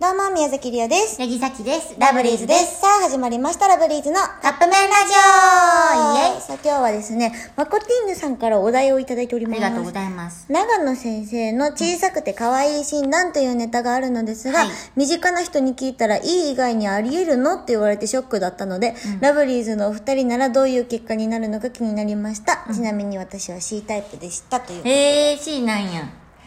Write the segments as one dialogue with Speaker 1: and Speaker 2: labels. Speaker 1: どうも、宮崎りおです。
Speaker 2: ヤギサキです。
Speaker 1: ラブリーズです。さあ、始まりました、ラブリーズの
Speaker 2: カップ麺ラジオイエイ
Speaker 1: さあ、今日はですね、マコティーヌさんからお題をいただいており
Speaker 2: あ
Speaker 1: ます。
Speaker 2: りがとうございます。
Speaker 1: 長野先生の小さくて可愛い診断というネタがあるのですが、
Speaker 2: はい
Speaker 1: 身近な人に聞いたらいい以外にあり得るのって言われてショックだったので、ラブリーズのお二人ならどういう結果になるのか気になりました。ちなみに私は C タイプでしたという、
Speaker 2: えー、C なんや。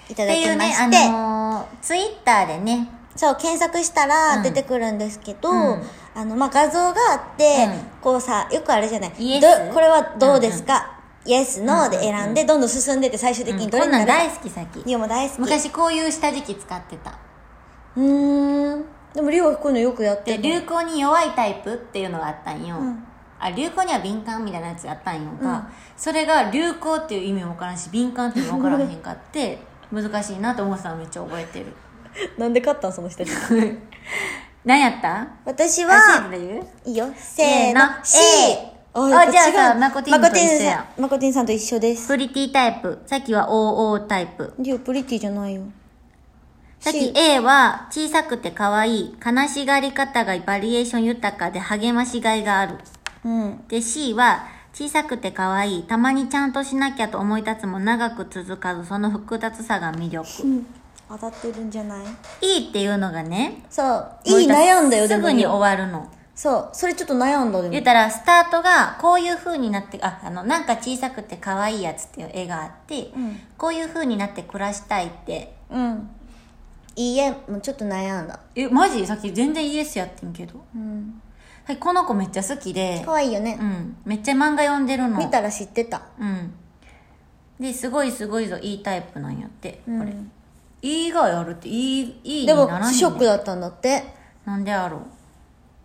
Speaker 1: いただきまして、
Speaker 2: っていうね、あのー、ツイッターでね、
Speaker 1: そう検索したら
Speaker 2: うん
Speaker 1: 出てくるんですけど、
Speaker 2: うん
Speaker 1: あのまあ、画像があって、
Speaker 2: うん
Speaker 1: こうさよくあれじゃない、
Speaker 2: イエ
Speaker 1: ど
Speaker 2: ス
Speaker 1: これはどうですか、イエスノーで選んでどんどん進んでって最終的
Speaker 2: う
Speaker 1: に
Speaker 2: ん
Speaker 1: どれ
Speaker 2: こん
Speaker 1: にな
Speaker 2: な
Speaker 1: んるか、
Speaker 2: 大好きさっき。
Speaker 1: リオも大好き
Speaker 2: 昔こういう下敷き使ってた。
Speaker 1: うーんでもリオはこういうのよくやって
Speaker 2: で、
Speaker 1: る
Speaker 2: 流行に弱いタイプっていうのがあったんよ。
Speaker 1: ん
Speaker 2: あ、流行には敏感みたいなやつやったんよが、
Speaker 1: うん
Speaker 2: それが流行っていう意味もわからんし、敏感っていうのもわからへんかって、 難しいなと思ってたのめっちゃ覚えてる。
Speaker 1: なんで勝ったんその 人
Speaker 2: 何やった
Speaker 1: 私
Speaker 2: あ、
Speaker 1: はい
Speaker 2: 言う
Speaker 1: いいよせーの C
Speaker 2: お
Speaker 1: やっぱ
Speaker 2: じゃあ
Speaker 1: 違う
Speaker 2: さマコティーヌと一緒や
Speaker 1: マコティーヌさんマコティーヌさんと一緒です
Speaker 2: プリティタイプ。さっきは OO タイプ。
Speaker 1: リオプリティじゃないよ
Speaker 2: さっ
Speaker 1: C
Speaker 2: き A は小さくて可愛い。悲しがり方がバリエーション豊かで励ましがいがある。
Speaker 1: うん
Speaker 2: で C は小さくて可愛い。たまにちゃんとしなきゃと思い立つも長く続かず、その複雑さが魅力。
Speaker 1: 当たってるんじゃない
Speaker 2: E っていうのがね、
Speaker 1: そういい悩んだよですも
Speaker 2: ぐに
Speaker 1: リオ
Speaker 2: 終わるの。
Speaker 1: そうそれちょっと悩んだでも
Speaker 2: 言ったら、スタートがこういう風になって、あ、あの、なんか小さくて可愛いやつっていう絵があって、
Speaker 1: ん
Speaker 2: こういう風になって暮らしたいって。
Speaker 1: うんいいえもうちょっと悩んだ
Speaker 2: え、マジさっき全然イエスやってんけど。
Speaker 1: うん
Speaker 2: はい、この子めっちゃ好きで、
Speaker 1: 可愛いよね
Speaker 2: う、ん、めっちゃ漫画読んでるの。
Speaker 1: 見たら知ってた
Speaker 2: うん。で、すごいすごいぞ、いいタイプなんやって、
Speaker 1: うん
Speaker 2: あれ。いいがやるって、いい、いい
Speaker 1: で
Speaker 2: にな
Speaker 1: も
Speaker 2: らへん、ね、
Speaker 1: ショックだったんだって
Speaker 2: なんでやろう。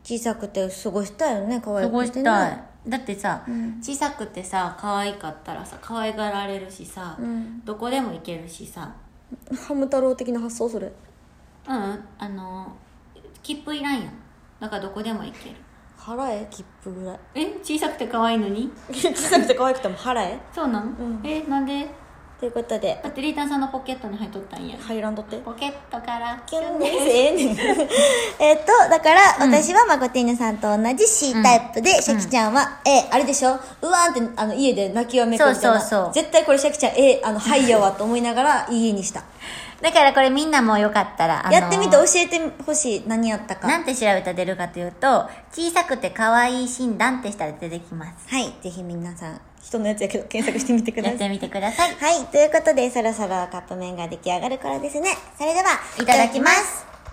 Speaker 1: 小さくて過ごしたいよね可愛くて、
Speaker 2: 過
Speaker 1: ね、
Speaker 2: ごしたい。だってさ、
Speaker 1: うん
Speaker 2: 小さくてさ、可愛かったらさ、可愛がられるしさ、
Speaker 1: うん
Speaker 2: どこでも行けるしさ、
Speaker 1: ハム太郎的な発想それ
Speaker 2: うん、あの、切符いらんやん。だからどこでも行ける。
Speaker 1: 払え切符ぐら い
Speaker 2: え小さくて可愛いのに
Speaker 1: 小さくて可愛くても払え
Speaker 2: そうなん、
Speaker 1: うん
Speaker 2: え、なんで
Speaker 1: ということで
Speaker 2: だってリータンさんのポケットに入っとったんや。
Speaker 1: 入らんとって
Speaker 2: ポケットから
Speaker 1: キュンです ええねんえっとだから、私はマコティーヌさんと同じ C タイプで、シャキちゃんは A あれでしょうわーんってあの家で泣きわめくみたいな
Speaker 2: そうそうそう
Speaker 1: 絶対これシャキちゃん A あのはいやわと思いなが らいい家にした
Speaker 2: だからこれみんなもよかったら、あのー
Speaker 1: やってみて教えてほしい何やったか
Speaker 2: なんて調べたら出るかというと小さくて可愛い診断ってしたら出てきます
Speaker 1: はいぜひ皆さん人のやつやけど検索してみてくだ
Speaker 2: や
Speaker 1: さ
Speaker 2: っ
Speaker 1: い
Speaker 2: てみてください
Speaker 1: はいということでそろそろカップ麺が出来上がる頃ですねそれではい
Speaker 2: ただきます